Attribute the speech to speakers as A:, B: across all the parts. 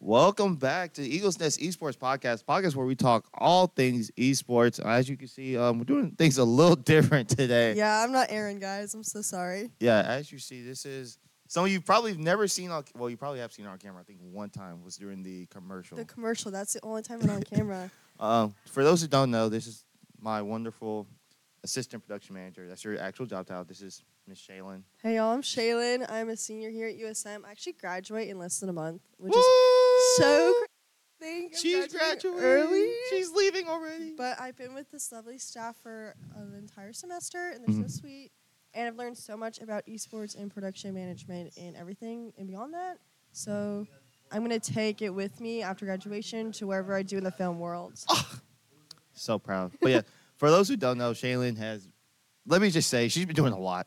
A: Welcome back to Eagles Nest Esports Podcast, podcast where we talk all things esports. As you can see, um, we're doing things a little different today.
B: Yeah, I'm not Aaron, guys. I'm so sorry.
A: Yeah, as you see, this is some of you probably have never seen on. Well, you probably have seen on camera. I think one time was during the commercial.
B: The commercial, that's the only time I'm on camera.
A: Um, for those who don't know, this is my wonderful assistant production manager. That's your actual job title. This is Miss Shaylin.
B: Hey, y'all, I'm Shaylin. I'm a senior here at USM. I actually graduate in less than a month, which is so
A: Woo!
B: crazy.
A: She's graduating
B: early.
A: She's leaving already.
B: But I've been with this lovely staff for an entire semester, and they're
A: Mhm.
B: so sweet. And I've learned so much about esports and production management and everything and beyond that. So I'm going to take it with me after graduation to wherever I do in the film world.
A: Ah! So proud. But yeah, for those who don't know, Shaylin has, let me just say, she's been doing a lot.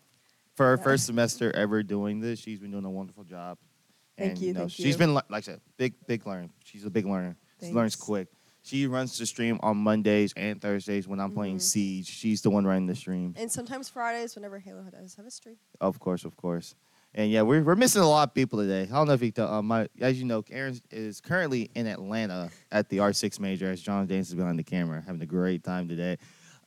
A: For her
B: Yeah.
A: first semester ever doing this, she's been doing a wonderful job.
B: Thank you, thank
A: she's
B: you.
A: been, li- like I said, big, big learner. She's a big learner. She learns
B: Thanks.
A: quick. She runs the stream on Mondays and Thursdays when I'm playing
B: Mhm.
A: Siege. She's the one running the stream.
B: And sometimes Fridays, whenever Halo does have a stream.
A: Of course, of course. And yeah, we're, we're missing a lot of people today. I don't know if you can tell. Uh, my, as you know, Aaron is currently in Atlanta at the R6 major as John James is behind the camera having a great time today.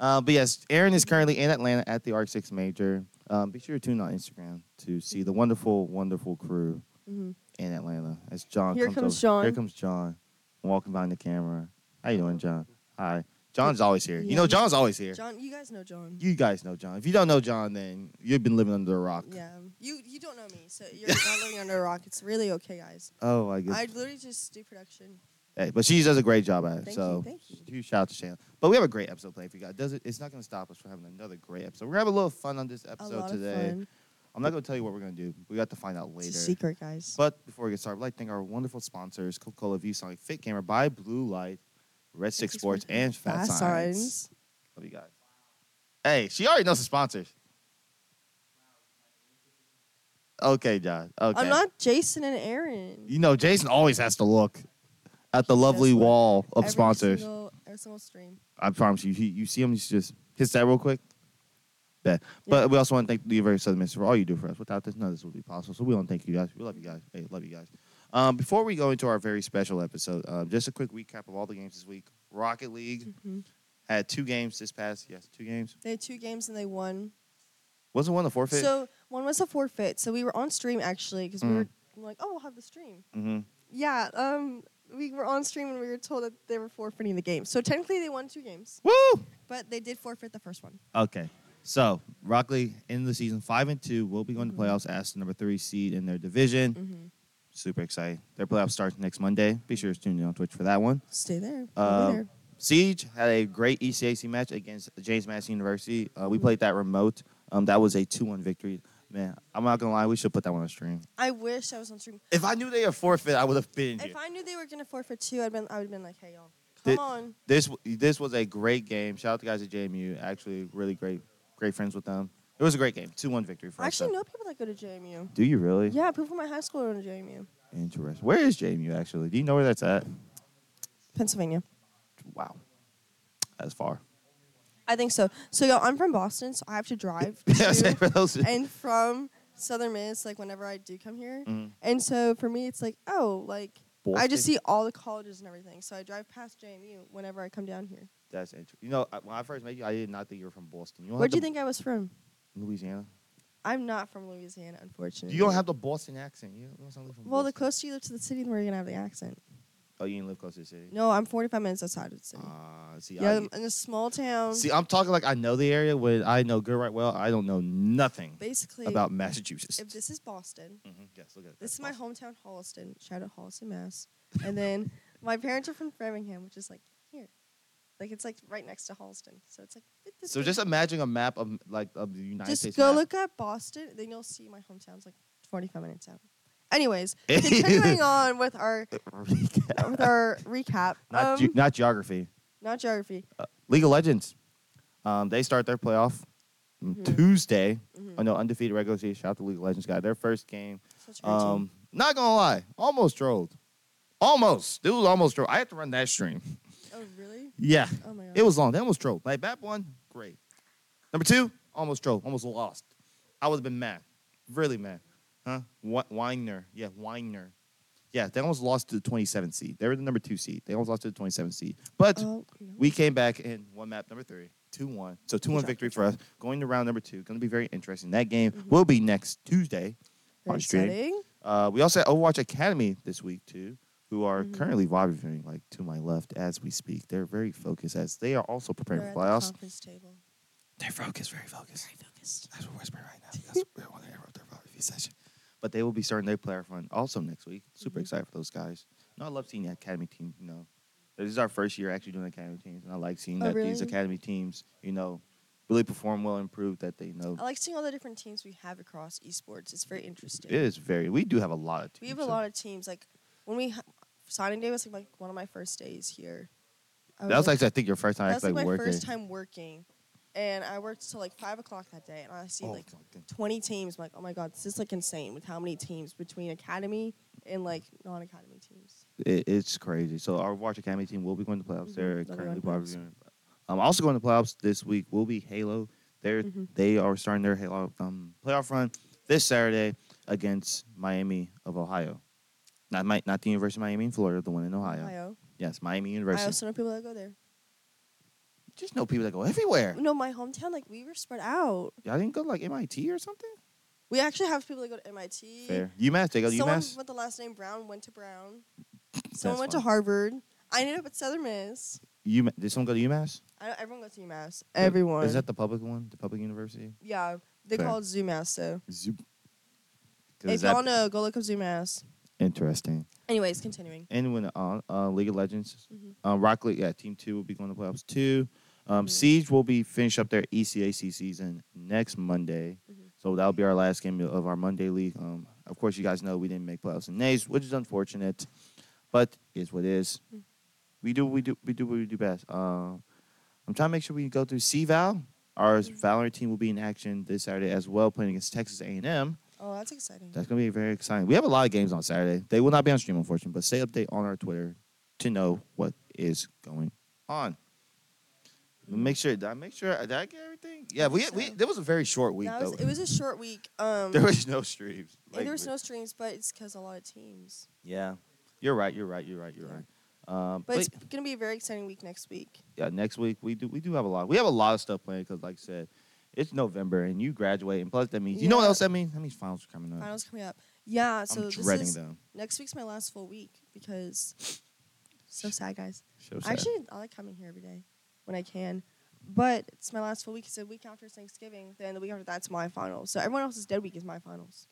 A: Uh, but yes, Aaron is currently in Atlanta at the R6 major. Um, be sure to tune on Instagram to see the wonderful, wonderful crew
B: Mhm.
A: in Atlanta as John
B: Here
A: comes,
B: comes
A: over.
B: John.
A: Here comes John walking behind the camera. How you doing, John? Hi. John's always here. You
B: Yeah,
A: know,
B: he's-
A: John's always here.
B: John, you guys know John.
A: You guys know John. If you don't know John, then you've been living under a rock.
B: yeah. You you don't know me, so you're not living under a rock. It's really okay, guys.
A: Oh, I guess.
B: I literally just do production.
A: Hey, but she does a great job at it.
B: Thank
A: so
B: you, thank you.
A: huge shout out to Shayla. But we have a great episode planned for you guys. Does it, it's not going to stop us from having another great episode. We're going to have a little fun on this
B: A
A: episode
B: lot
A: today.
B: of fun.
A: I'm not going to tell you what we're going to do. We got to find out
B: It's
A: later.
B: a secret, guys.
A: But before we get started, I'd like to thank our wonderful sponsors, Coca-Cola, ViewSonic, Fit Camera, Buy Blue Light, Red Six Sports, and Fat,
B: Fast
A: Science.
B: signs.
A: Love you guys. Hey, she already knows the sponsors. Okay, John. Okay.
B: I'm not Jason and Aaron.
A: you know, Jason always has to look at the lovely
B: look.
A: wall of
B: Every
A: sponsors.
B: Single, every single stream.
A: I promise you, he, you see him, he's just hits that real quick. Bet. But
B: Yeah.
A: we also want to thank the University of Southern Miss for all you do for us. Without this, none of this would be possible. So we want to thank you guys. We love you guys. Hey, love you guys. Um, before we go into our very special episode, um, just a quick recap of all the games this week. Rocket League
B: Mhm.
A: had two games this past. Yes, two games.
B: They had two games and they won.
A: Wasn't one the forfeit?
B: So one was a forfeit. So we were on stream actually because we
A: Mhm.
B: were like, oh, we'll have the stream.
A: hmm
B: Yeah. Um, we were on stream and we were told that they were forfeiting the game. So technically they won two games,
A: Woo!
B: but they did forfeit the first one.
A: Okay. So Rocket League end of the season five and two will be going to
B: Mhm.
A: playoffs as the number three seed in their division.
B: Mm-hmm.
A: Super excited. Their playoff starts next Monday. Be sure to tune in on Twitch for that one.
B: Stay there.
A: Uh, Siege had a great ECAC match against James Madison University. Uh, we
B: Mhm.
A: played that remote. Um, that was a 2 1 victory. Man, I'm not going to lie. We should put that one on stream.
B: I wish I was on stream.
A: If I knew they had forfeit, I would have been here.
B: If I knew they were gonna forfeit two, I'd been I would have been like, hey y'all, come
A: Did-
B: on.
A: this, w- this was a great game. Shout out to the guys at JMU. Actually, really great. Great friends with them. It was a great game. 2 1 victory for us.
B: I actually
A: so-
B: know people that go to JMU.
A: Do you really?
B: Yeah, people from my high school go to JMU,
A: Interesting. Where is JMU actually? Do you know where that's at?
B: Pennsylvania.
A: Wow. That's far.
B: I think so. So y'all, I'm from Boston, so I have to drive.
A: Yeah, I'm saying
B: to
A: for those-
B: and from Southern Miss, like whenever I do come here.
A: Mhm.
B: And so for me, it's like, oh, like I just
A: Boston?
B: see all the colleges and everything. So I drive past JMU whenever I come down here.
A: That's interesting. You know, I- when I first met you, I did not think you were from Boston. You don't
B: Where
A: have
B: do you
A: the-
B: think I was from?
A: Louisiana.
B: I'm not from Louisiana, unfortunately.
A: You don't have the Boston accent. You don't sound like from
B: Well, the
A: Boston.
B: closer you live to the city, the more you're gonna have the accent.
A: Oh, you didn't live close to the city.
B: No, I'm 45 minutes outside of the city.
A: Ah, see,
B: yeah, um, I'm in a small
A: I,
B: town.
A: see, I'm talking like I know the area when I know good right well. I don't know nothing
B: basically,
A: about Massachusetts.
B: if this is Boston,
A: Mhm, Yes, look at it.
B: this
A: That's
B: is my
A: Boston.
B: hometown, Holliston. Shout out Holliston, Mass. And then my parents are from Framingham, which is like here, like it's like right next to Holliston. So it's like. fit this
A: So
B: way.
A: just imagine a map of like of the United
B: just
A: States.
B: go
A: map.
B: look up Boston, then you'll see my hometown's like 45 minutes out. Anyways, continuing on with our with our recap.
A: not
B: um,
A: ge- not geography.
B: not geography.
A: League of Legends. Um, they start their playoff on
B: Mhm.
A: Tuesday.
B: Mhm.
A: I know undefeated regular season. Shout out to League of Legends guy. Their first game.
B: Such a great team.
A: Um, not gonna lie, almost trolled. Almost, dude, almost trolled. I had to run that stream.
B: oh really?
A: Yeah,
B: Oh my god.
A: it was long. They almost trolled. Like that one, great. Number two, almost trolled. Almost lost. I would have been mad, really mad. Huh? What? Weiner. Yeah, Weiner. Yeah, they almost lost to the 27th seed. They were the number two seed. They almost lost to the 27th seed. But
B: Oh, no.
A: we came back and won map number three, 2 1. So 2 1
B: job,
A: victory for us. Going to round number two. Going to be very interesting. That game will be next Tuesday
B: Very
A: on stream.
B: exciting.
A: Uh, we also had Overwatch Academy this week too, who are
B: Mhm.
A: currently live streaming like to my left as we speak. They're very focused as they are also preparing
B: We're at
A: for
B: the
A: playoffs.
B: conference table.
A: They're focused, very focused.
B: Very focused.
A: That's what we're whispering right now because we don't want to interrupt their review session. But they will be starting their player fund also next week. Super
B: Mhm.
A: excited for those guys. No, I love seeing the academy team. You know, this is our first year actually doing academy teams, and I like seeing
B: Oh,
A: that these
B: really?
A: academy teams, you know, really perform well and prove that they know.
B: I like seeing all the different teams we have across esports. It's very interesting.
A: It is very. We do have a lot of teams.
B: We have a lot of teams. Like when we ha- signing day was like, my- one of my first days here. I
A: That was
B: like-
A: actually, I think, your first time
B: that was
A: actually
B: like my
A: working.
B: first time working, and I worked till like five o'clock that day, and I see
A: Oh,
B: like
A: my goodness.
B: twenty teams. I'm like, oh my god, this is like insane with how many teams between academy and like non-academy teams.
A: It, it's crazy. So our Watch Academy team will be going to playoffs.
B: Mhm.
A: They're
B: They'll be going
A: currently
B: to playoffs.
A: probably doing- Um, also going to playoffs this week will be Halo. They're
B: Mhm.
A: they are starting their Halo um, playoff run this Saturday against Miami of Ohio. Not my, not the University of Miami in Florida, the one in Ohio.
B: Ohio.
A: Yes, Miami
B: I
A: University.
B: also know people that go there.
A: Just know people that go everywhere.
B: No, my hometown, like we were spread out.
A: Y'all didn't go to, like MIT or something.
B: We actually have people that go to MIT.
A: Fair. UMass. They go to
B: Someone
A: UMass.
B: with the last name Brown went to Brown. Someone went
A: funny.
B: to Harvard. I ended up at Southern Miss.
A: UMass. Did someone go to UMass?
B: I know everyone goes to UMass. Everyone.
A: Is that the public one? The public university?
B: yeah, they
A: Fair.
B: call it ZooMass though.
A: Zoop. 'Cause
B: If
A: that-
B: y'all know, go look up ZooMass.
A: Interesting.
B: Anyways, continuing.
A: And when uh, uh, League of Legends,
B: Mhm.
A: um, Rocket League, yeah, Team Two will be going to playoffs too. Um,
B: Mhm.
A: Siege will be finish up their E ECAC season next Monday,
B: Mhm.
A: so that'll be our last game of our Monday league. Um, of course, you guys know we didn't make playoffs in Nays, which is unfortunate, but is what is.
B: Mm.
A: We do, we do, we do what we do best. Uh, I'm trying to make sure we go through CVal. Our
B: Mhm.
A: Valorant team will be in action this Saturday as well, playing against Texas A&M.
B: Oh, that's exciting.
A: That's gonna be very exciting. We have a lot of games on Saturday. They will not be on stream, unfortunately, but stay update on our Twitter to know what is going on. Make sure did I make sure did I get everything? Yeah, we, we
B: So-
A: there was a very short week
B: That
A: though.
B: was, it was a short week. Um,
A: there was no streams.
B: and there was
A: we-
B: no streams, but it's because a lot of teams.
A: Yeah, you're right. You're right. You're right. You're
B: Yeah.
A: right. Um,
B: But
A: but
B: it's gonna be a very exciting week next week.
A: yeah, next week we do we do have a lot. We have a lot of stuff planned because, like I said, it's November and you graduate, and plus that means you know what
B: Yeah.
A: else that means? That means finals are coming up.
B: Finals coming up. Yeah, so
A: Oh. I'm
B: this
A: dreading
B: is
A: them.
B: next week's my last full week because so sad, guys.
A: So sad.
B: Actually, I like coming here every day when I can. But it's my last full week. It's the week after is Thanksgiving. Then the week after that's my finals. So everyone else's dead week is my finals.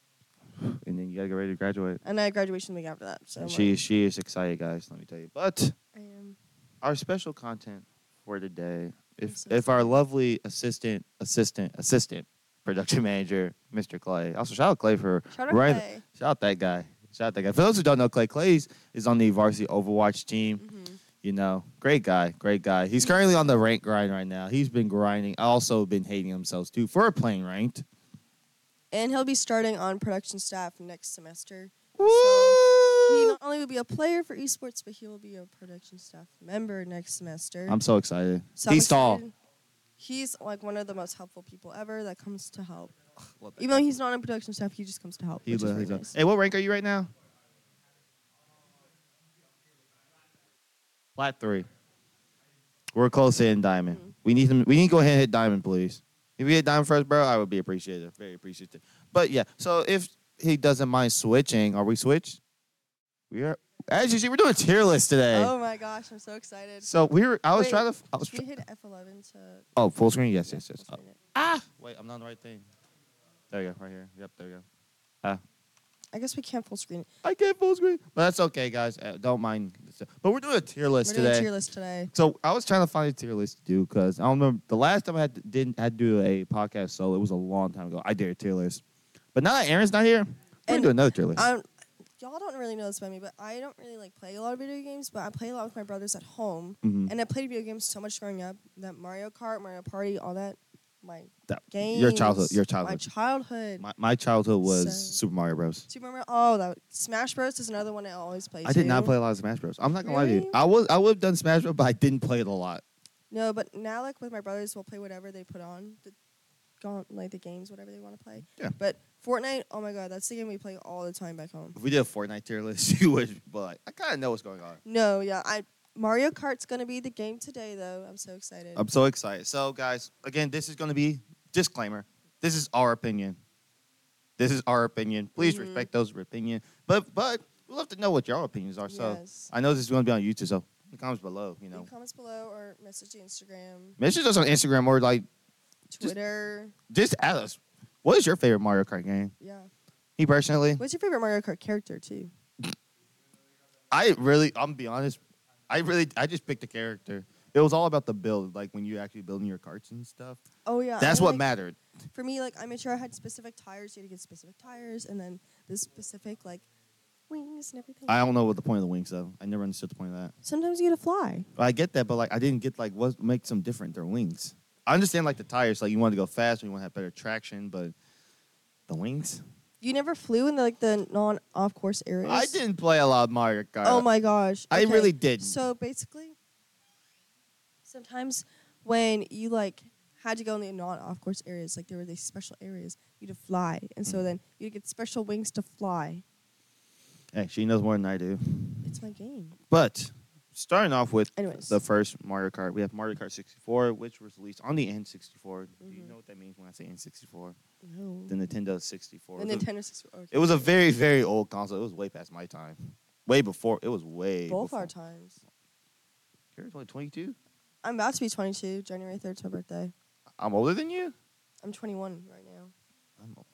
A: and then you gotta get ready to graduate.
B: And I have graduation the week after that. So
A: And
B: like,
A: she she is excited, guys. Let me tell you. But
B: I am.
A: our special content for today, if
B: so
A: if our lovely assistant, assistant, assistant production manager, Mr. Clay. Also, shout out Clay for
B: Shout out
A: running-
B: Clay.
A: Shout out that guy. Shout out that guy. For those who don't know, Clay Clay is on the varsity Overwatch team.
B: Mhm.
A: You know, great guy, great guy. He's currently on the rank grind right now. He's been grinding. I also been hating himself too for playing ranked.
B: And he'll be starting on production staff next semester. He
A: Woo!
B: not only will be a player for esports, but he will be a production staff member next semester.
A: I'm so excited.
B: So I'm
A: He's tall.
B: excited. He's like one of the most helpful people ever that comes to help.
A: Love that
B: Even though he's not on production staff, he just comes to help.
A: He
B: which is
A: lo-
B: very
A: he's lo-
B: nice.
A: Hey, what rank are you right now? Plat three. We're close to hitting diamond.
B: Mhm.
A: We need him. We need to go ahead and hit diamond, please. If you hit diamond first, bro, I would be appreciative. Very appreciative. But yeah, so if he doesn't mind switching, are we switched? We are. As you see, we're doing tier list today.
B: Oh my gosh, I'm so excited.
A: So we were. I was
B: Wait,
A: trying to. I was.
B: Should we
A: tr-
B: hit F11 to.
A: oh, full screen. Yes,
B: yeah,
A: yes, yes.
B: let's hit it.
A: Ah, wait, I'm not on the right thing. There you go, right here. Yep, there you go.
B: I guess we can't full screen.
A: I can't full screen. But that's okay, guys. Uh, don't mind. But we're doing a tier
B: We're
A: list
B: doing
A: today.
B: tier list today.
A: So I was trying to find a tier list to do because I don't remember the last time I had to, didn't had to do a podcast solo. It was a long time ago. I did a tier list, but now that Aaron's not here, we're gonna
B: And
A: do another tier list.
B: I'm, Um, y'all don't really know this about me, but I don't really like play a lot of video games, but I play a lot with my brothers at home.
A: Mhm.
B: And I played video games so much growing up that Mario Kart, Mario Party, all that. My
A: That-
B: games.
A: your childhood, your childhood.
B: My childhood.
A: My, my childhood was
B: So-
A: Super Mario Bros.
B: Do you remember? Oh, that Smash Bros is another one I always play.
A: I did not
B: too.
A: play a lot of Smash Bros. I'm not gonna lie to you.
B: Really?
A: I was I would have done Smash Bros, but I didn't play it a lot.
B: No, but now like with my brothers, we'll play whatever they put on, the, gon- like the games, whatever they want to play.
A: Yeah.
B: But Fortnite, oh my god, that's the game we play all the time back home.
A: If we did a Fortnite tier list, you would. But like, I kind of know what's going on.
B: No, yeah, I Mario Kart's gonna be the game today though. I'm so excited.
A: I'm so excited. So, guys, again, this is going to be disclaimer. This is our opinion. This is our opinion. Please
B: Mhm.
A: respect those with opinion. But but we love to know what your opinions are. So
B: yes.
A: I know this is going to be on YouTube. So in the comments below, you know,
B: Leave comments below or message the Instagram,
A: message us on Instagram or like
B: Twitter.
A: just ask us. What is your favorite Mario Kart game?
B: yeah.
A: Me personally,
B: What's your favorite Mario Kart character too?
A: I really, I'm gonna be honest, I really, I just picked a character. It was all about the build, like when you're actually building your carts and stuff.
B: Oh yeah.
A: That's
B: I
A: what
B: like-
A: mattered.
B: For me, like I made sure I had specific tires. You had to get specific tires, and then the specific like wings and everything.
A: I don't know what the point of the wings though. I never understood the point of that.
B: Sometimes you get to fly.
A: But I get that, but like I didn't get like what makes them different. Their wings. I understand like the tires, like you want to go fast, or you want to have better traction, but the wings.
B: You never flew in like the non off course areas.
A: I didn't play a lot of Mario Kart.
B: Oh my gosh.
A: I
B: Okay.
A: really didn't.
B: So basically, sometimes when you like had to go in the non off course areas, like there were these special areas, you to fly, and so
A: Mm.
B: then you get special wings to fly.
A: Hey, she knows more than I do.
B: It's my game.
A: But starting off with
B: Anyways.
A: the first Mario Kart, we have Mario Kart 64, which was released on the N64. Do you
B: Mhm.
A: know what that means when I say N64?
B: No.
A: The Nintendo 64. It
B: The
A: was a-
B: Nintendo 64.
A: it was a very, very old console. It was way past my time. Way before. It was way
B: both
A: before.
B: our times.
A: You're only 22?
B: I'm about to be 22. January 3rd's my birthday.
A: I'm older than you?
B: I'm 21 right now.
A: I'm old.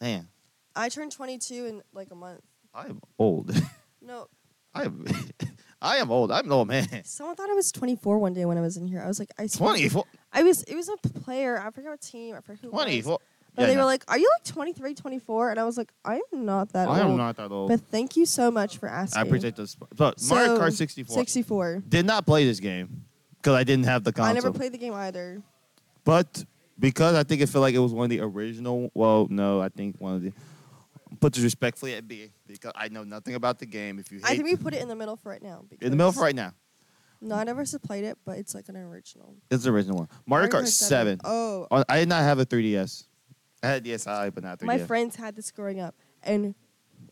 A: Man,
B: I turned 22 in like a month.
A: I am old.
B: No,
A: I am, I am old. I'm an old man.
B: someone thought I was 24 one day when I was in here. I was like, I swear-
A: 24.
B: I was. It was a player. I forgot what team. I forgot who. it was.
A: 24.
B: But
A: Yeah,
B: they
A: yeah.
B: were like, "Are you like 23, 24?" And I was like, "I'm not that
A: I
B: old."
A: am not that old.
B: But thank you so much for
A: I
B: asking.
A: appreciate this. But Mario
B: So,
A: Kart 64.
B: 64.
A: Did not play this game because I didn't have the console.
B: I never played the game either.
A: But because I think it felt like it was one of the original. Well, no, I think one of the. Put this respectfully at B because I know nothing about the game. If you
B: I
A: hate
B: think we put it in the middle for right now.
A: in the middle for right now,
B: No, I never s- played it, but it's like an original.
A: it's the original one. Mario Kart Seven.
B: Oh,
A: On- I did not have a 3DS. I had DSi, but not 3DS.
B: my friends had this growing up, and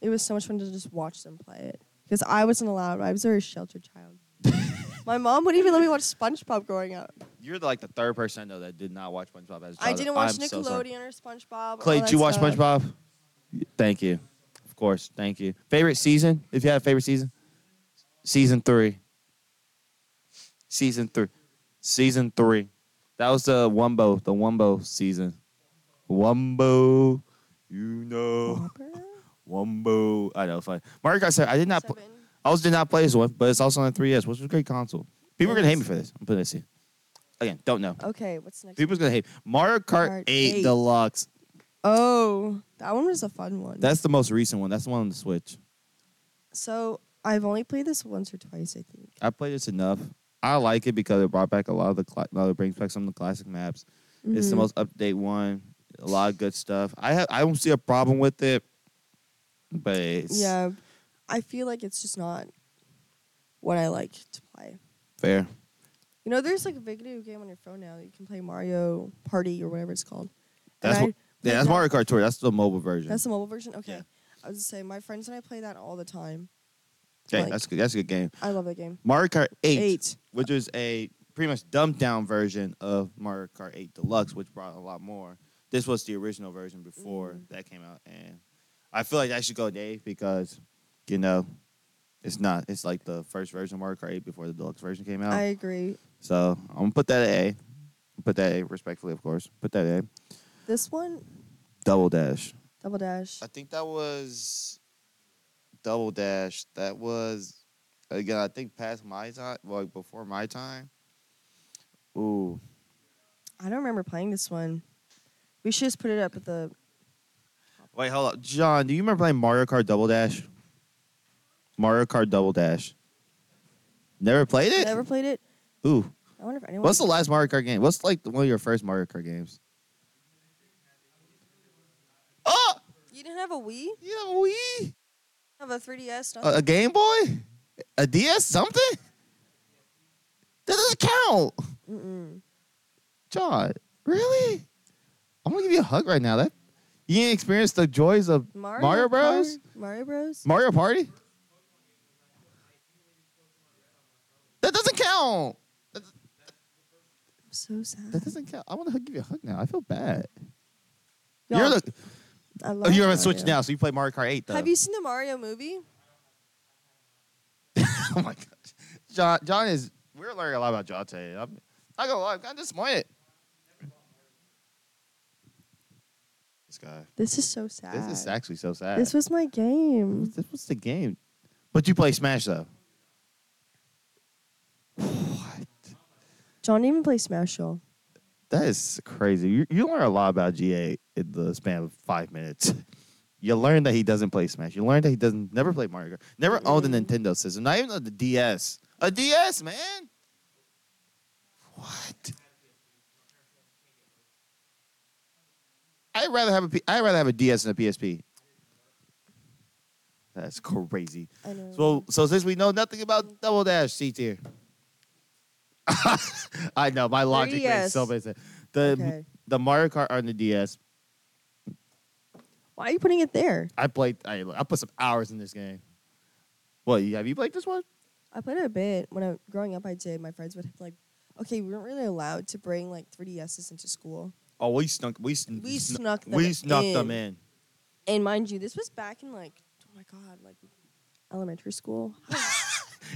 B: it was so much fun to just watch them play it because I wasn't allowed. I was a very sheltered child. my mom wouldn't even let me watch SpongeBob growing up.
A: You're like the third person I know that did not watch SpongeBob as a
B: I
A: child.
B: didn't watch
A: I'm so sorry.
B: Nickelodeon or SpongeBob.
A: Clay,
B: all
A: did
B: that
A: you watch
B: stuff.
A: SpongeBob? Thank you. Of course. Thank you. Favorite season? If you had a favorite season? Season three. Season three. Season three. That was the Wumbo, the Wumbo season. Wumbo, you know.
B: Whopper?
A: Wumbo. I know, fine. Mario Kart 7, I did not play.
B: Seven.
A: I also did not play this one, but it's also on the 3DS, which was a great console. People are going to hate me for this. I'm putting this here. Again, don't know.
B: Okay, what's the next?
A: People's going to hate. Mario Kart,
B: Kart
A: 8,
B: 8.
A: Deluxe.
B: Oh, that one was a fun one.
A: That's the most recent one. That's the one on the Switch.
B: so I've only played this once or twice, I think.
A: I played this enough. I like it because it brought back a lot of the cla- well, it brings back some of the classic maps. It's the
B: Mhm.
A: most up to date one. A lot of good stuff. I have I don't see a problem with it, but it's
B: Yeah, I feel like it's just not what I like to play.
A: fair.
B: You know, there's like a video game on your phone now. that You can play Mario Party or whatever it's called. And
A: That's
B: I-
A: what- Yeah,
B: like
A: that's
B: that-
A: Mario Kart Tour. That's the mobile version.
B: That's the mobile version. Okay,
A: Yeah.
B: I was gonna say my friends and I play that all the time.
A: okay,
B: like-
A: that's good. That's a good game.
B: I love that game.
A: Mario Kart 8,
B: Eight.
A: which is a pretty much dumbed down version of Mario Kart 8 Deluxe, which brought a lot more. This was the original version before
B: Mhm.
A: that came out, and I feel like that should go day because you know it's not. It's like the first version of Mario Kart 8 before the Deluxe version came out.
B: I agree.
A: so I'm gonna put that at A. Put that at A respectfully, of course. Put that at A.
B: This one,
A: Double Dash.
B: Double Dash.
A: I think that was Double Dash. That was again. I think past my time, like before my time. Ooh,
B: I don't remember playing this one. We should just put it up at the.
A: wait, hold up, John. Do you remember playing Mario Kart Double Dash? Mario Kart Double Dash. Never played it.
B: Never played it.
A: Ooh,
B: I wonder if anyone.
A: what's the last Mario Kart game? What's like one of your first Mario Kart games? Oh,
B: You didn't have a Wii? You
A: yeah, we
B: have a 3DS?
A: a,
B: nothing?
A: a Game Boy, a DS, something. That doesn't count.
B: Mm-mm.
A: John, really? I'm gonna give you a hug right now. That You didn't experience the joys of
B: Mario,
A: Mario Bros?
B: Kart? Mario Bros.
A: Mario Party? That doesn't count.
B: I'm so sad.
A: That doesn't count. I want to give you a hug now. I feel bad.
B: No,
A: You're the,
B: I love
A: oh, you're on
B: Mario.
A: Switch now, so you play Mario Kart 8, though.
B: Have you seen the Mario movie?
A: oh, my gosh. John, John is. We're learning a lot about John today. I'm not going to lie. I'm kind of disappointed. This guy.
B: This is so sad.
A: This is actually so sad.
B: This was my game.
A: This was the game. But you play Smash, though. What?
B: John didn't even play Smash Bros.
A: That is crazy. You, you learn a lot about GA in the span of five minutes. You learn that he doesn't play Smash. You learn that he doesn't never play Mario Kart. Never owned a
B: Mm-mm.
A: Nintendo system. Not even the DS. A DS, man. What? I'd rather have a P- I'd rather have a DS than a PSP. That's crazy.
B: I know.
A: So, so since we know nothing about Double Dash, C tier. I know my logic makes so
B: 3DS.
A: much sense. The
B: okay.
A: the Mario Kart on the DS.
B: Why are you putting it there?
A: I played. I, I put some hours in this game. What you- have you played this one?
B: I played it a bit when I growing up. I did. My friends would like, okay, we weren't really allowed to bring like 3DSs into school.
A: Oh, we snuck. We sn-
B: We
A: sn-
B: snuck them
A: we snuck them
B: in.
A: in.
B: And mind you, this was back in like, oh my god, like elementary school.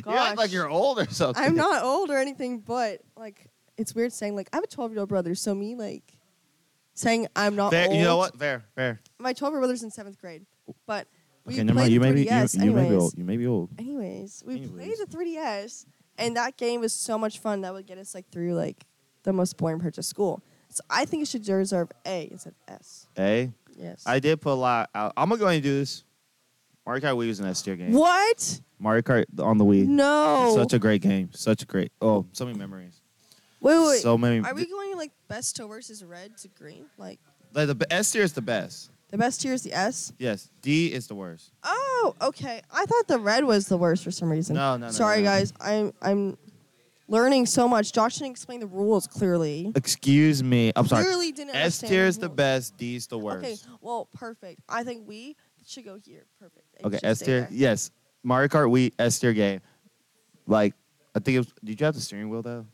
A: You act like
B: Gosh.
A: you're old or something.
B: I'm not old or anything, but like it's weird saying like I have a 12 year old brother, so me like saying I'm not
A: Fair,
B: old.
A: you know what? Fair, fair.
B: My 12 year brother's in seventh grade, but we
A: okay,
B: played
A: never mind. You
B: the
A: may be
B: 3DS.
A: you, you may be
B: anyways,
A: old. You may be old.
B: anyways, we
A: Anyways.
B: played the 3DS, and that game was so much fun. That would get us like through like the most boring parts of school. So I think it should deserve A instead of S.
A: Hey,
B: Yes.
A: I did put a lot. out. I'm gonna go ahead and do this. Mario Kart Wii was an S tier game.
B: what?
A: Mario Kart on the Wii.
B: No.
A: Such a great game. Such a great. Oh, so many memories.
B: wait, wait.
A: So many.
B: are we going like best to worst is red to green? Like
A: like the b- S tier is the best.
B: the best tier is the S.
A: Yes. D is the worst.
B: Oh, okay. I thought the red was the worst for some reason.
A: No, no, no,
B: Sorry,
A: no, no.
B: guys. I'm I'm learning so much. Josh didn't explain the rules clearly.
A: Excuse me. I'm sorry.
B: Clearly didn't
A: S
B: understand.
A: tier is the
B: rules.
A: best. D is the worst.
B: Okay. Well, perfect. I think we should go here. Perfect. It
A: Okay,
B: should
A: S
B: stay
A: tier.
B: there.
A: Yes, Mario Kart Wii S tier game. Like, I think it was. Did you have the steering wheel though?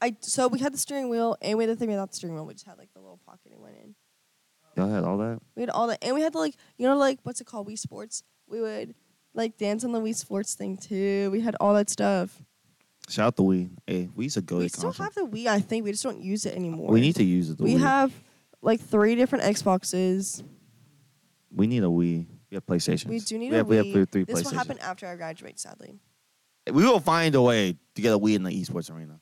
B: I so we had the steering wheel and we had the thing without the steering wheel. We just had like the little pocket it went in.
A: Y'all had all that.
B: We had all that, and we had like you know like what's it called? Wii Sports. We would like dance on the Wii Sports thing too. We had all that stuff.
A: Shout out the Wii. Hey, we used to go
B: we
A: to
B: still
A: console.
B: have the Wii. I think we just don't use it anymore.
A: we need to use it. The
B: we
A: Wii.
B: have like three different Xboxes.
A: We need a Wii. We have PlayStation.
B: We do need
A: we
B: a
A: have,
B: Wii.
A: We have three, three
B: this will
A: PlayStations.
B: happen after I graduate, sadly.
A: We will find a way to get a Wii in the esports arena.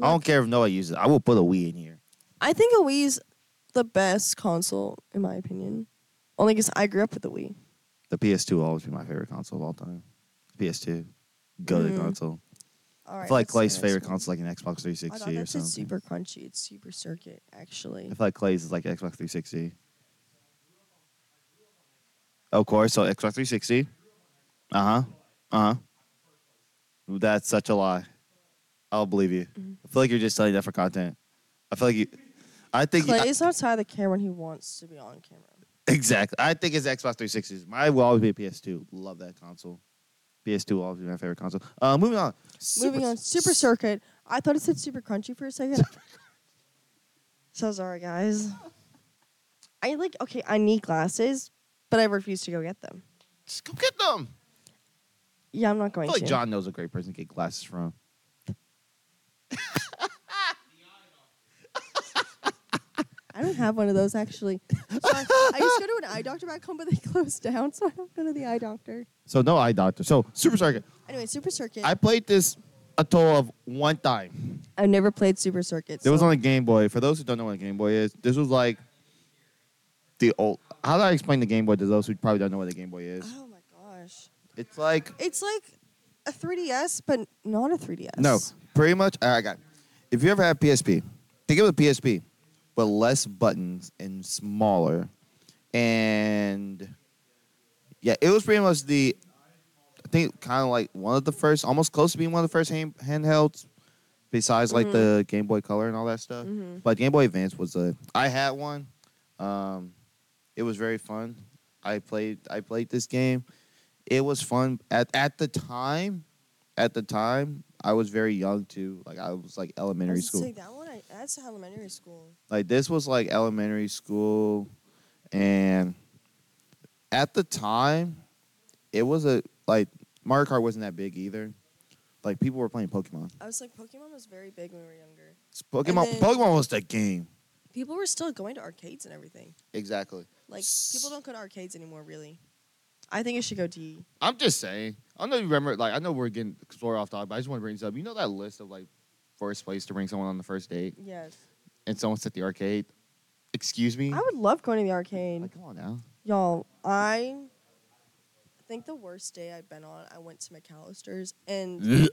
A: I
B: Yeah.
A: don't care if no one uses it. I will put a Wii in here.
B: I think a Wii's the best console in my opinion, only because I grew up with the Wii.
A: The PS2 will always be my favorite console of all time. PS2, go to
B: Mm.
A: console.
B: All
A: I
B: right,
A: feel like
B: let's do
A: Clay's
B: the next
A: favorite
B: one.
A: console, like an Xbox
B: Oh,
A: 360
B: no,
A: or
B: that's
A: something.
B: It's super crunchy. It's super circuit, actually.
A: I feel like Clay's is like Xbox 360. Of course, so Xbox 360. Uh huh. Uh huh. That's such a lie. I'll believe you.
B: Mm-hmm.
A: I feel like you're just telling that for content. I feel like you. I think
B: Clay
A: I-
B: is outside the camera and he wants to be on camera.
A: exactly. I think it's Xbox 360s. Mine will always be a PS2. Love that console. PS2 will always be my favorite console. Uh, moving on.
B: Moving on, super circuit. I thought it said super crunchy for a second. so sorry, guys. I like okay. I need glasses, but I refuse to go get them.
A: Just go get them.
B: Yeah, I'm not
A: I
B: going
A: feel like
B: to.
A: John knows a great person to get glasses from.
B: I don't have one of those actually. So I, I used to go to an eye doctor back home, but they closed down, so I don't go to the eye doctor.
A: So no eye doctor. So super circuit.
B: Anyway, Super Circuit.
A: I
B: I've,
A: played this a total of one time.
B: never played Super Circuit.
A: It was
B: so-
A: on a Game Boy. For those who don't know what a Game Boy is, this was like the old. How do I explain the Game Boy to those who probably don't know what a Game Boy is?
B: Oh my gosh,
A: It's like
B: it's like a 3ds, but not a 3ds.
A: no, pretty much. all right, I got. it. If you ever had PSP, think of a PSP, but less buttons and smaller, and yeah, it was pretty much the. I think kind of like one of the first, almost close to being one of the first hand, handhelds, besides like the Game Boy Color and all that stuff.
B: Mhm.
A: But Game Boy Advance was a. I had one. Um, it It was very fun. I played I played this game. It was fun at at the time. At the time, I was very young too. Like I was like
B: I
A: elementary
B: was
A: school.
B: saying, that one, I, that's elementary school.
A: Like this was like elementary school, and at the time, it was a like Mario Kart wasn't that big either. Like people were playing Pokemon.
B: I was like, Pokemon was very big when we were younger.
A: It's Pokemon
B: then-
A: Pokemon was the game.
B: People were still going to arcades and everything.
A: Exactly.
B: Like people don't go to arcades anymore, really. I think it should go D.
A: I'm just saying. I know you remember. Like I know we're getting far off topic, but I just want to bring this up. You know that list of like first place to bring someone on the first date,
B: Yes.
A: and someone's at the arcade. Excuse me.
B: I would love going to the arcade.
A: Like, come on now.
B: Y'all, I think the worst day I've been on, I went to McAllister's and mind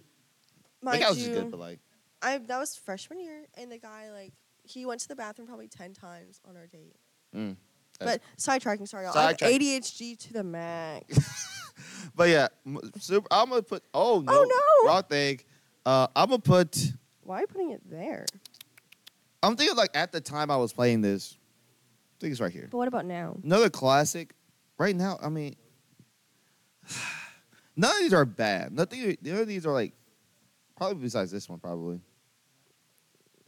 A: McAllister's
B: you,
A: good, but like
B: I that was freshman year and the guy like he went to the bathroom probably ten times on our date.
A: Mm, that's-
B: but sidetracking, sorry, y'all. I have
A: Sidetrack.
B: ADHD to the max.
A: But yeah, m- super. I'm gonna put. Oh no.
B: no.
A: Wrong thing. Uh, I'm gonna put.
B: Why are you putting it there?
A: I'm thinking like at the time I was playing this. I think it's right here.
B: But what about now?
A: Another classic. Right now, I mean, none of these are bad. Nothing. None of these are like. Probably besides this one, probably.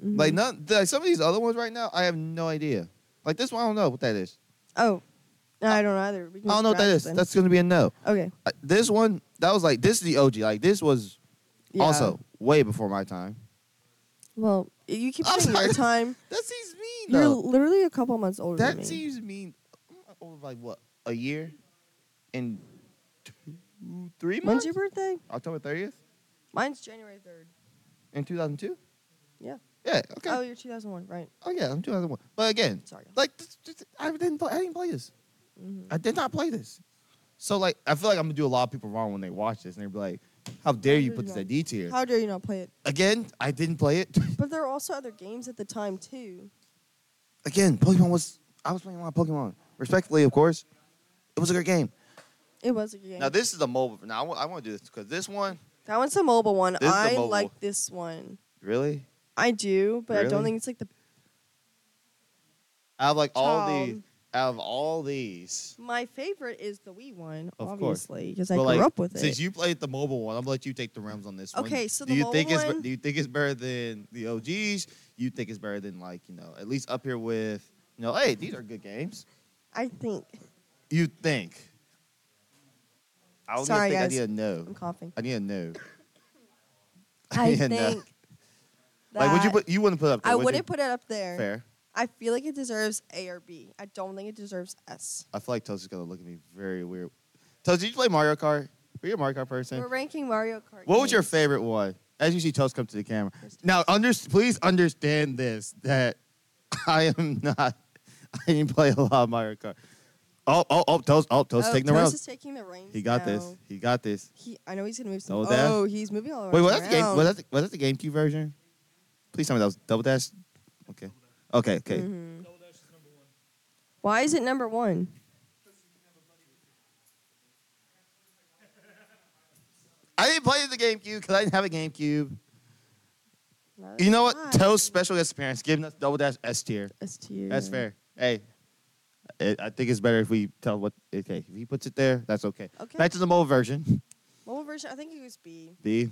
B: Mm-hmm.
A: Like none. Like some of these other ones right now, I have no idea. Like this one, I don't know what that is.
B: Oh. No, I don't know either. We can
A: I don't know what that
B: scratch
A: is.
B: then.
A: That's gonna be a no.
B: okay.
A: Uh, This one, that was like this is the OG. Like this was
B: Yeah.
A: also way before my time.
B: Well, you keep
A: I'm
B: saying
A: sorry.
B: your time.
A: That seems mean.
B: You're
A: though.
B: literally a couple months older
A: That
B: than me.
A: seems mean. I'm Over like what a year, and two, three
B: When's
A: months.
B: your birthday?
A: October thirtieth
B: Mine's January 3rd.
A: in two thousand two.
B: Yeah.
A: Yeah. Okay.
B: Oh,
A: Oh,
B: you're 2001, right.
A: yeah. I'm two thousand one. But again,
B: Sorry.
A: like this, this- I didn't. Play, I didn't play this.
B: Mhm.
A: I did not play this. So like, I feel like I'm gonna do a lot of people wrong when they watch this and they'll be like, "How dare you put this at D tier?"
B: How dare you not play it?
A: Again, I didn't play it.
B: But there were also other games at the time, too.
A: again, Pokemon was. I was playing a lot of Pokemon. Respectfully, of course, it was a great game.
B: It was a good game.
A: Now this is a mobile. Now I want to do this because this one
B: that one's a mobile one.
A: This is a
B: I
A: mobile.
B: like this one.
A: really.
B: I do, but I don't
A: Really?
B: think it's like the.
A: Out of like all
B: Child.
A: these, out of all these,
B: My favorite is the Wii one,
A: Of course.
B: obviously, because I
A: but,
B: grew
A: like,
B: up with it.
A: Since you played the mobile one, I'm gonna let you take the realms on this one.
B: Okay, so
A: do
B: the
A: you
B: mobile
A: think it's
B: one-
A: be- do you think it's better than the OGs? You think it's better than like you know at least up here with you know hey these are good games.
B: I think.
A: You think? I don't
B: Sorry,
A: think
B: guys.
A: I need a no.
B: I'm coughing.
A: I need a no.
B: I
A: Yeah,
B: think.
A: no.
B: That
A: Like would you put you wouldn't put up? There,
B: I
A: would
B: wouldn't
A: you?
B: put it up there.
A: fair.
B: I feel like it deserves A or B. I don't think it deserves S.
A: I feel like Toast is gonna look at me very weird. Toast, did you play Mario Kart? Were you a Mario Kart person?
B: We're ranking Mario Kart.
A: What was your
B: games.
A: favorite one? As you see Toast come to the camera.
B: There's Toast.
A: Now, under, please understand this that I am not, I didn't play a lot of Mario Kart. Oh, oh, oh, Toast, oh, Toast
B: oh,
A: taking the
B: Toast
A: round.
B: is taking the reins.
A: He got
B: now.
A: this. He got this.
B: He, I know he's gonna move some.
A: Double dash?
B: oh, he's moving all around.
A: Wait, was that, the game, was, that the, was that the GameCube version? Please tell me that was Double Dash. Okay. Okay, okay.
B: Mhm. Why is it number one?
A: I didn't play the GameCube because I didn't have a GameCube.
B: Not
A: You know what?
B: why.
A: Toast special guest appearance giving us Double Dash S tier.
B: That's to you.
A: That's fair. Hey, I I think it's better if we tell what. Okay, if he puts it there, that's okay.
B: Okay.
A: Back to the mobile version.
B: Mobile version, I think it was B.
A: D.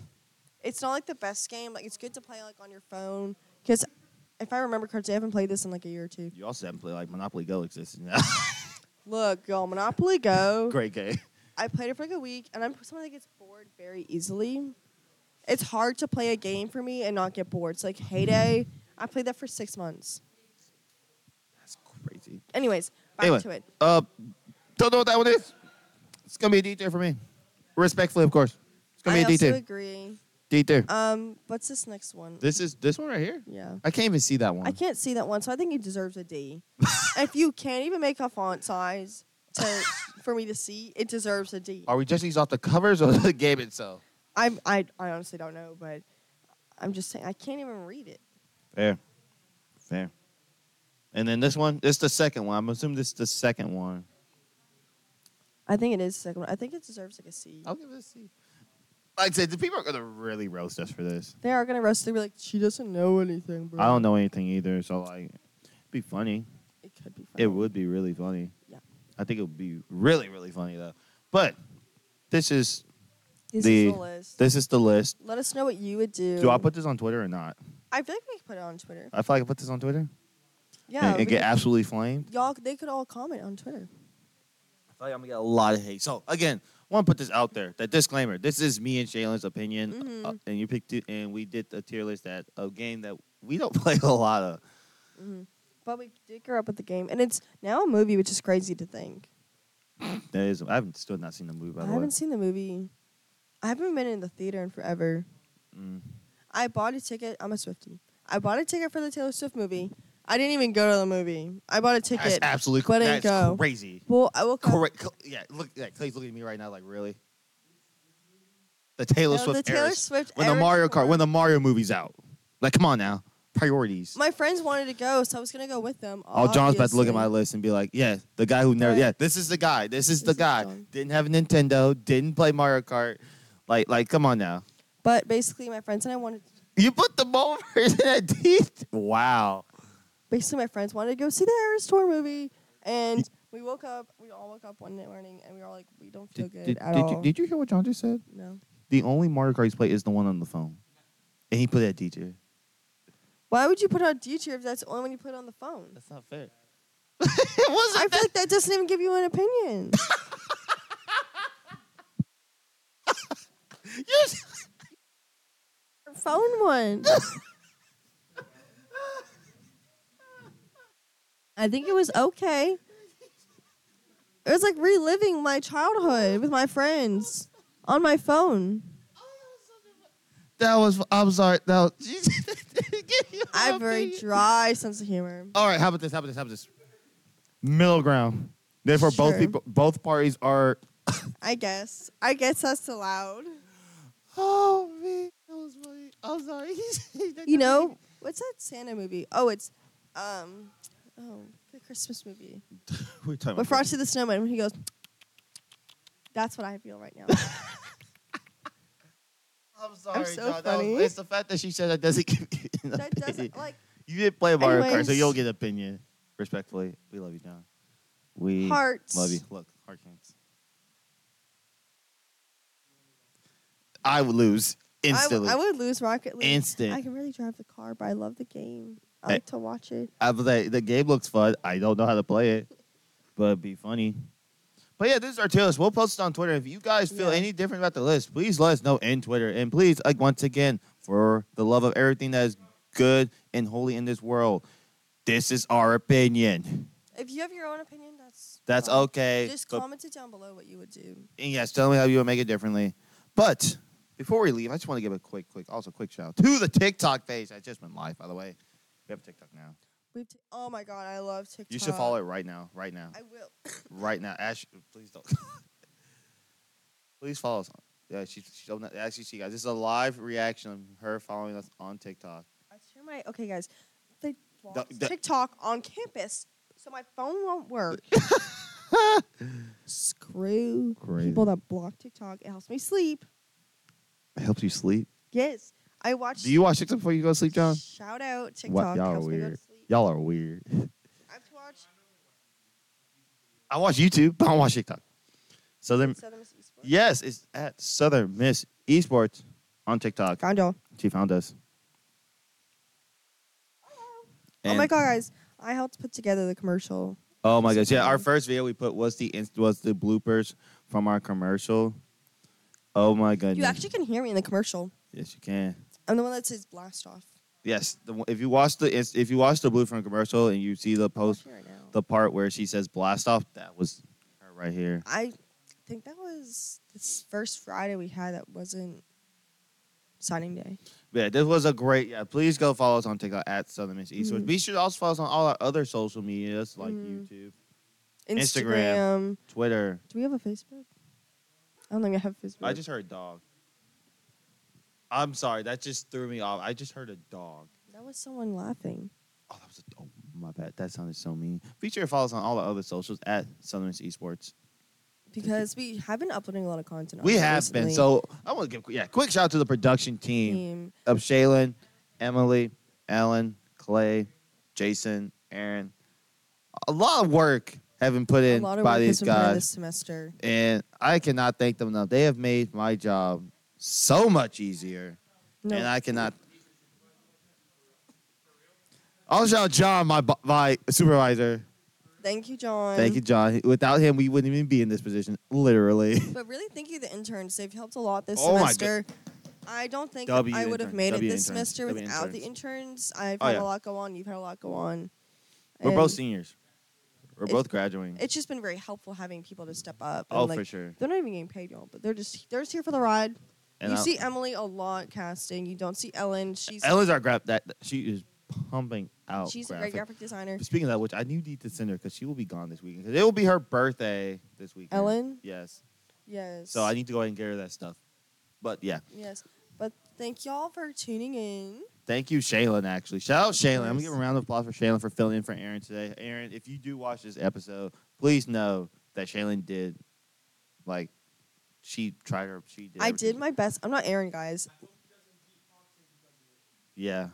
B: It's not like the best game. Like it's good to play like on your phone because if I remember correctly, I haven't played this in like a year or two.
A: You also haven't played like Monopoly Go exists.
B: Oh. Look, y'all, Monopoly Go.
A: Great game.
B: I played it for like a week, and I'm someone that gets bored very easily. It's hard to play a game for me and not get bored. It's like Heyday. I played that for six months.
A: That's crazy.
B: Anyways, back
A: Anyway.
B: to it.
A: Uh, don't know what that one is. It's gonna be a D tier for me. Respectfully, of course. It's gonna
B: I
A: be a D
B: also
A: tier.
B: agree.
A: D tier.
B: Um, what's this next one?
A: This is this one right here.
B: yeah.
A: I can't even see that one.
B: I can't see that one, so I think he deserves a D. if you can't even make a font size to for me to see, it deserves a D.
A: Are we judging these off the covers or the game itself?
B: I'm I, I honestly don't know, but I'm just saying I can't even read it.
A: Fair. Fair. And then this one, this is the second one. I'm assuming this is the second one.
B: I think it is the second one. I think it deserves like a C.
A: I'll give it a C. Like I said, the people are gonna really roast us for this.
B: They are gonna roast. They were like, she doesn't know anything, bro.
A: I don't know anything either, so like, it'd be funny.
B: It could be. Funny.
A: It would be really funny.
B: Yeah.
A: I think it would be really, really funny though. But this is
B: This
A: The-
B: is the list.
A: this is the list.
B: Let us know what you would do.
A: Do I put this on Twitter or not?
B: I feel like we could put it on Twitter.
A: I feel like I put this on Twitter
B: Yeah.
A: and,
B: we
A: and get
B: could-
A: absolutely flamed.
B: y'all, they could all comment on Twitter.
A: I feel like I'm gonna get a lot of hate. So again, want to put this out there. That disclaimer. This is me and Shaylin's opinion,
B: Mhm.
A: uh, and you picked it, and we did a tier list that a game that we don't play a lot of.
B: But we did grow up with the game, and it's now a movie, which is crazy to think.
A: That is, I haven't still not seen the movie by
B: I
A: the way.
B: haven't seen the movie. I haven't been in the theater in forever.
A: Mm.
B: I bought a ticket. I'm a Swifty. I bought a ticket for the Taylor Swift movie. I didn't even go to the movie. I bought a
A: That's
B: ticket.
A: absolutely cr-
B: but it
A: that's
B: go.
A: crazy.
B: well, I woke up.
A: Correct. Cl- Yeah, look. Yeah, Clay's looking at me right now, like really. The Taylor
B: No,
A: Swift.
B: the Taylor
A: heiress.
B: Swift
A: When the
B: heiress
A: Mario Kart.
B: tour.
A: When the Mario movie's out. Like, come on now. Priorities.
B: My friends wanted to go, so I was gonna go with them.
A: Oh, John's about to look at my
B: obviously.
A: list and be like, "Yeah, the guy who never,
B: Right.
A: yeah, this is the guy. This is the
B: This is
A: guy.
B: John.
A: Didn't have a Nintendo. Didn't play Mario Kart. Like, like, come on now.
B: But basically, my friends and I wanted.
A: You put the Mulvers in that teeth. Wow.
B: Basically, my friends wanted to go see the Harris Tour movie, and we woke up. We all woke up one morning, and we were all like, "We don't feel good at all."
A: you, did you hear what John just said?
B: no.
A: The only Mario Kart he's played is the one on the phone, and he put that DJ.
B: Why would you put on D tier if that's the only one you put on the phone?
A: That's not fair. it wasn't.
B: I feel like that doesn't even give you an opinion.
A: Yes.
B: phone one. I think it was okay. It was like reliving my childhood with my friends on my phone.
A: That was. I'm sorry. That was, Didn't give you
B: I
A: an
B: have a very
A: opinion.
B: dry sense of humor.
A: All right, how about this? How about this? How about this? Middle ground. Therefore, both
B: Sure.
A: people, both parties are.
B: I guess. I guess that's allowed.
A: Oh man, that was funny. I'm sorry.
B: You know, what's that Santa movie? Oh, it's um oh, the Christmas movie.
A: we're talking
B: With Frosty the Snowman when he goes That's what I feel right now.
A: I'm sorry,
B: so
A: John, that was-
B: funny.
A: it's the fact that she said that doesn't give you an opinion.
B: that doesn't like
A: You didn't play Mario Kart, so
B: Anyways.
A: you'll get an opinion. Respectfully, we love you, John. We
B: Hearts.
A: love you. Look, heart counts. I would lose
B: I w-
A: instantly.
B: I would lose Rocket League.
A: Instant.
B: I can really drive the car, but I love the game. I
A: Hey.
B: like to watch it.
A: I was like, the game looks fun. I don't know how to play it, but it'd be funny. But yeah, this is our tier list. We'll post it on Twitter. If you guys feel
B: Yeah.
A: any different about the list, please let us know in Twitter. And please, like once again, for the love of everything that is good and holy in this world, this is our opinion.
B: If you have your own opinion, that's
A: That's
B: fine.
A: okay.
B: Just
A: But-
B: comment it down below what you would do.
A: and yes, tell me how you would make it differently. But before we leave, I just want to give a quick, quick, also quick shout out to the TikTok page. I just went live, by the way. We have a TikTok now.
B: We've t- oh my god, I love TikTok.
A: You should follow it right now, right now.
B: I will.
A: right now. Ash, please don't. please follow us. On. Yeah, she, she don't actually she guys. This is a live reaction of her following us on TikTok.
B: I share my okay, guys. They blocked
A: the-
B: TikTok on campus, so my phone won't work. Screw
A: Crazy.
B: people that block TikTok. It helps me sleep.
A: It helps you sleep.
B: Yes, I watch.
A: Do you watch TikTok before you go to sleep, John?
B: Shout out TikTok.
A: Wow,
B: It
A: y'all are
B: helps me go to
A: weird.
B: sleep.
A: Y'all are weird.
B: I've watched
A: I watch YouTube, but I don't watch TikTok. Southern
B: Southern Miss Esports.
A: Yes, it's at Southern Miss Esports on TikTok.
B: Found y'all.
A: She found us.
B: oh my
A: And-
B: god, guys! I helped put together the commercial.
A: Oh my gosh! Yeah, our
B: Instagram.
A: first video we put was the inst- was the bloopers from our commercial. Oh my goodness!
B: You actually can hear me in the commercial.
A: yes, you can.
B: I'm the one that says blast off.
A: Yes, the, one- if you watch the inst- if you watch the blue from commercial and you see the
B: I'm
A: post
B: watching right now.
A: Oh, the part where she says blast off, that was her right here.
B: I think that was this first Friday we had that wasn't signing day.
A: Yeah, this was a great. Yeah, please go follow us on TikTok at Southern Miss East.
B: Mhm.
A: Be sure to also follow us on all our other social medias like
B: Mhm.
A: YouTube,
B: Instagram.
A: Instagram. Twitter.
B: Do we have a Facebook? I don't think I have Facebook.
A: I just heard dog. I'm sorry, that just threw me off. I just heard a dog.
B: that was someone laughing.
A: Oh, that was a, oh my bad. That sounded so mean. Be sure to follow us on all the other socials at Southern Miss Esports.
B: Because we have been uploading a lot of content. on
A: We
B: it
A: have been
B: recently.
A: so. I want to give yeah quick shout out to the production team
B: Um,
A: of Shaylin, Emily, Ellen, Clay, Jason, Aaron. A lot of work have been put
B: A
A: in
B: lot of
A: by
B: work
A: these
B: has been put in
A: guys.
B: this semester.
A: And I cannot thank them enough. They have made my job so much easier.
B: No,
A: And I cannot. I'll shout John, my, bo- my supervisor.
B: thank you, John.
A: Thank you, John. Without him, we wouldn't even be in this position, literally.
B: But really, thank you, the interns. They've helped a lot this
A: Oh my
B: semester. I don't think
C: W
B: I would have
C: intern,
B: made
C: W
B: it this
C: interns,
B: semester
C: W
B: without the interns. I've
A: Oh,
B: had
A: yeah.
B: a lot go on. You've had a lot go on.
C: We're
B: And
C: both seniors.
A: We're
B: It-
A: both graduating.
B: It's just been very helpful having people to step up. and,
C: Oh,
B: like,
C: for sure.
B: They're not even getting paid, y'all, but they're just they're just here for the ride.
A: And
B: you
A: I'll-
B: see Emily a lot casting. You don't see Ellen. She's
A: Ella's our graph that that- she is pumping out.
B: she's a great graphic designer.
A: Speaking of that, which I do need to send her because she will be gone this weekend. 'Cause it will be her birthday this weekend.
B: Ellen?
A: Yes.
B: Yes.
A: So I need to go ahead and get her that stuff. But yeah,
B: yes. But thank y'all for tuning in.
A: thank you, Shaylin. Actually, shout out Shaylin. I'm gonna
B: Yes.
A: give a round of applause for Shaylin for filling in for Aaron today. Aaron, if you do watch this episode, please know that Shaylin did, like, she tried her. She did.
B: I
A: everything.
B: did my best. I'm not Aaron, guys.
A: Yeah.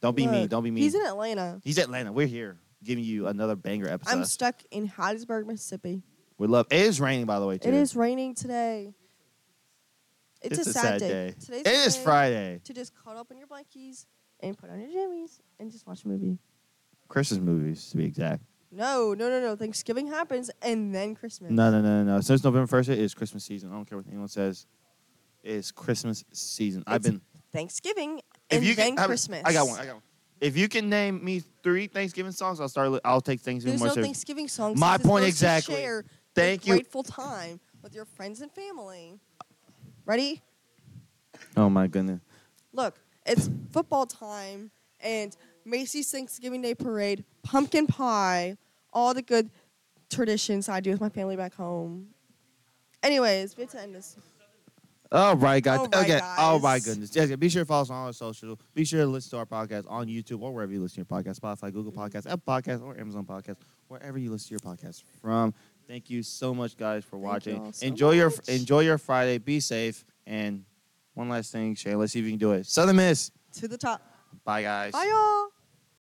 A: Don't be mean.
B: Look,
A: Don't be mean.
B: He's in Atlanta.
A: He's Atlanta. We're here giving you another banger episode.
B: I'm stuck in Hattiesburg, Mississippi.
A: we love. It is raining, by the way. Too.
B: It is raining today. It's, a, sad, day. Today's
A: It is
B: Friday.
A: Friday.
B: To just cuddle up in your blankies and put on your jammies and just watch a movie.
A: Christmas movies, to be exact.
B: No, no, no, no. Thanksgiving happens and then Christmas.
A: No, no, no, no. no. Since November first, it is Christmas season. I don't care what anyone says. It's Christmas season. I've
B: It's
A: been.
B: Thanksgiving and
A: you
B: then
A: can, I-
B: Christmas.
A: I got one. I got one. If you can name me three Thanksgiving songs, I'll start. li- I'll take Thanksgiving
B: There's
A: more
B: no
A: serious.
B: Thanksgiving songs.
A: My
B: You're supposed
A: point
B: to
A: exactly.
B: Share a
A: Thank you.
B: Grateful time with your friends and family. Ready?
A: Oh my goodness.
B: Look, it's football time and Macy's Thanksgiving Day Parade, pumpkin pie, all the good traditions I do with my family back home. Anyways, we have to end this.
A: All right, guys.
B: All right,
A: okay. Oh my
B: guys.
A: goodness. Yes, be sure to follow us on our social. Be sure to listen to our podcast on YouTube or wherever you listen to your podcast, Spotify, Google Podcasts, Apple Podcasts, or Amazon Podcasts, wherever you listen to your podcast from. Thank you so much, guys, for
B: Thank you all
A: watching.
B: so
A: enjoy your
B: much.
A: enjoy your Friday. Be safe. And one last thing, Shay, let's see if you can do it. Southern Miss.
B: To the top.
A: Bye, guys.
B: Bye, y'all.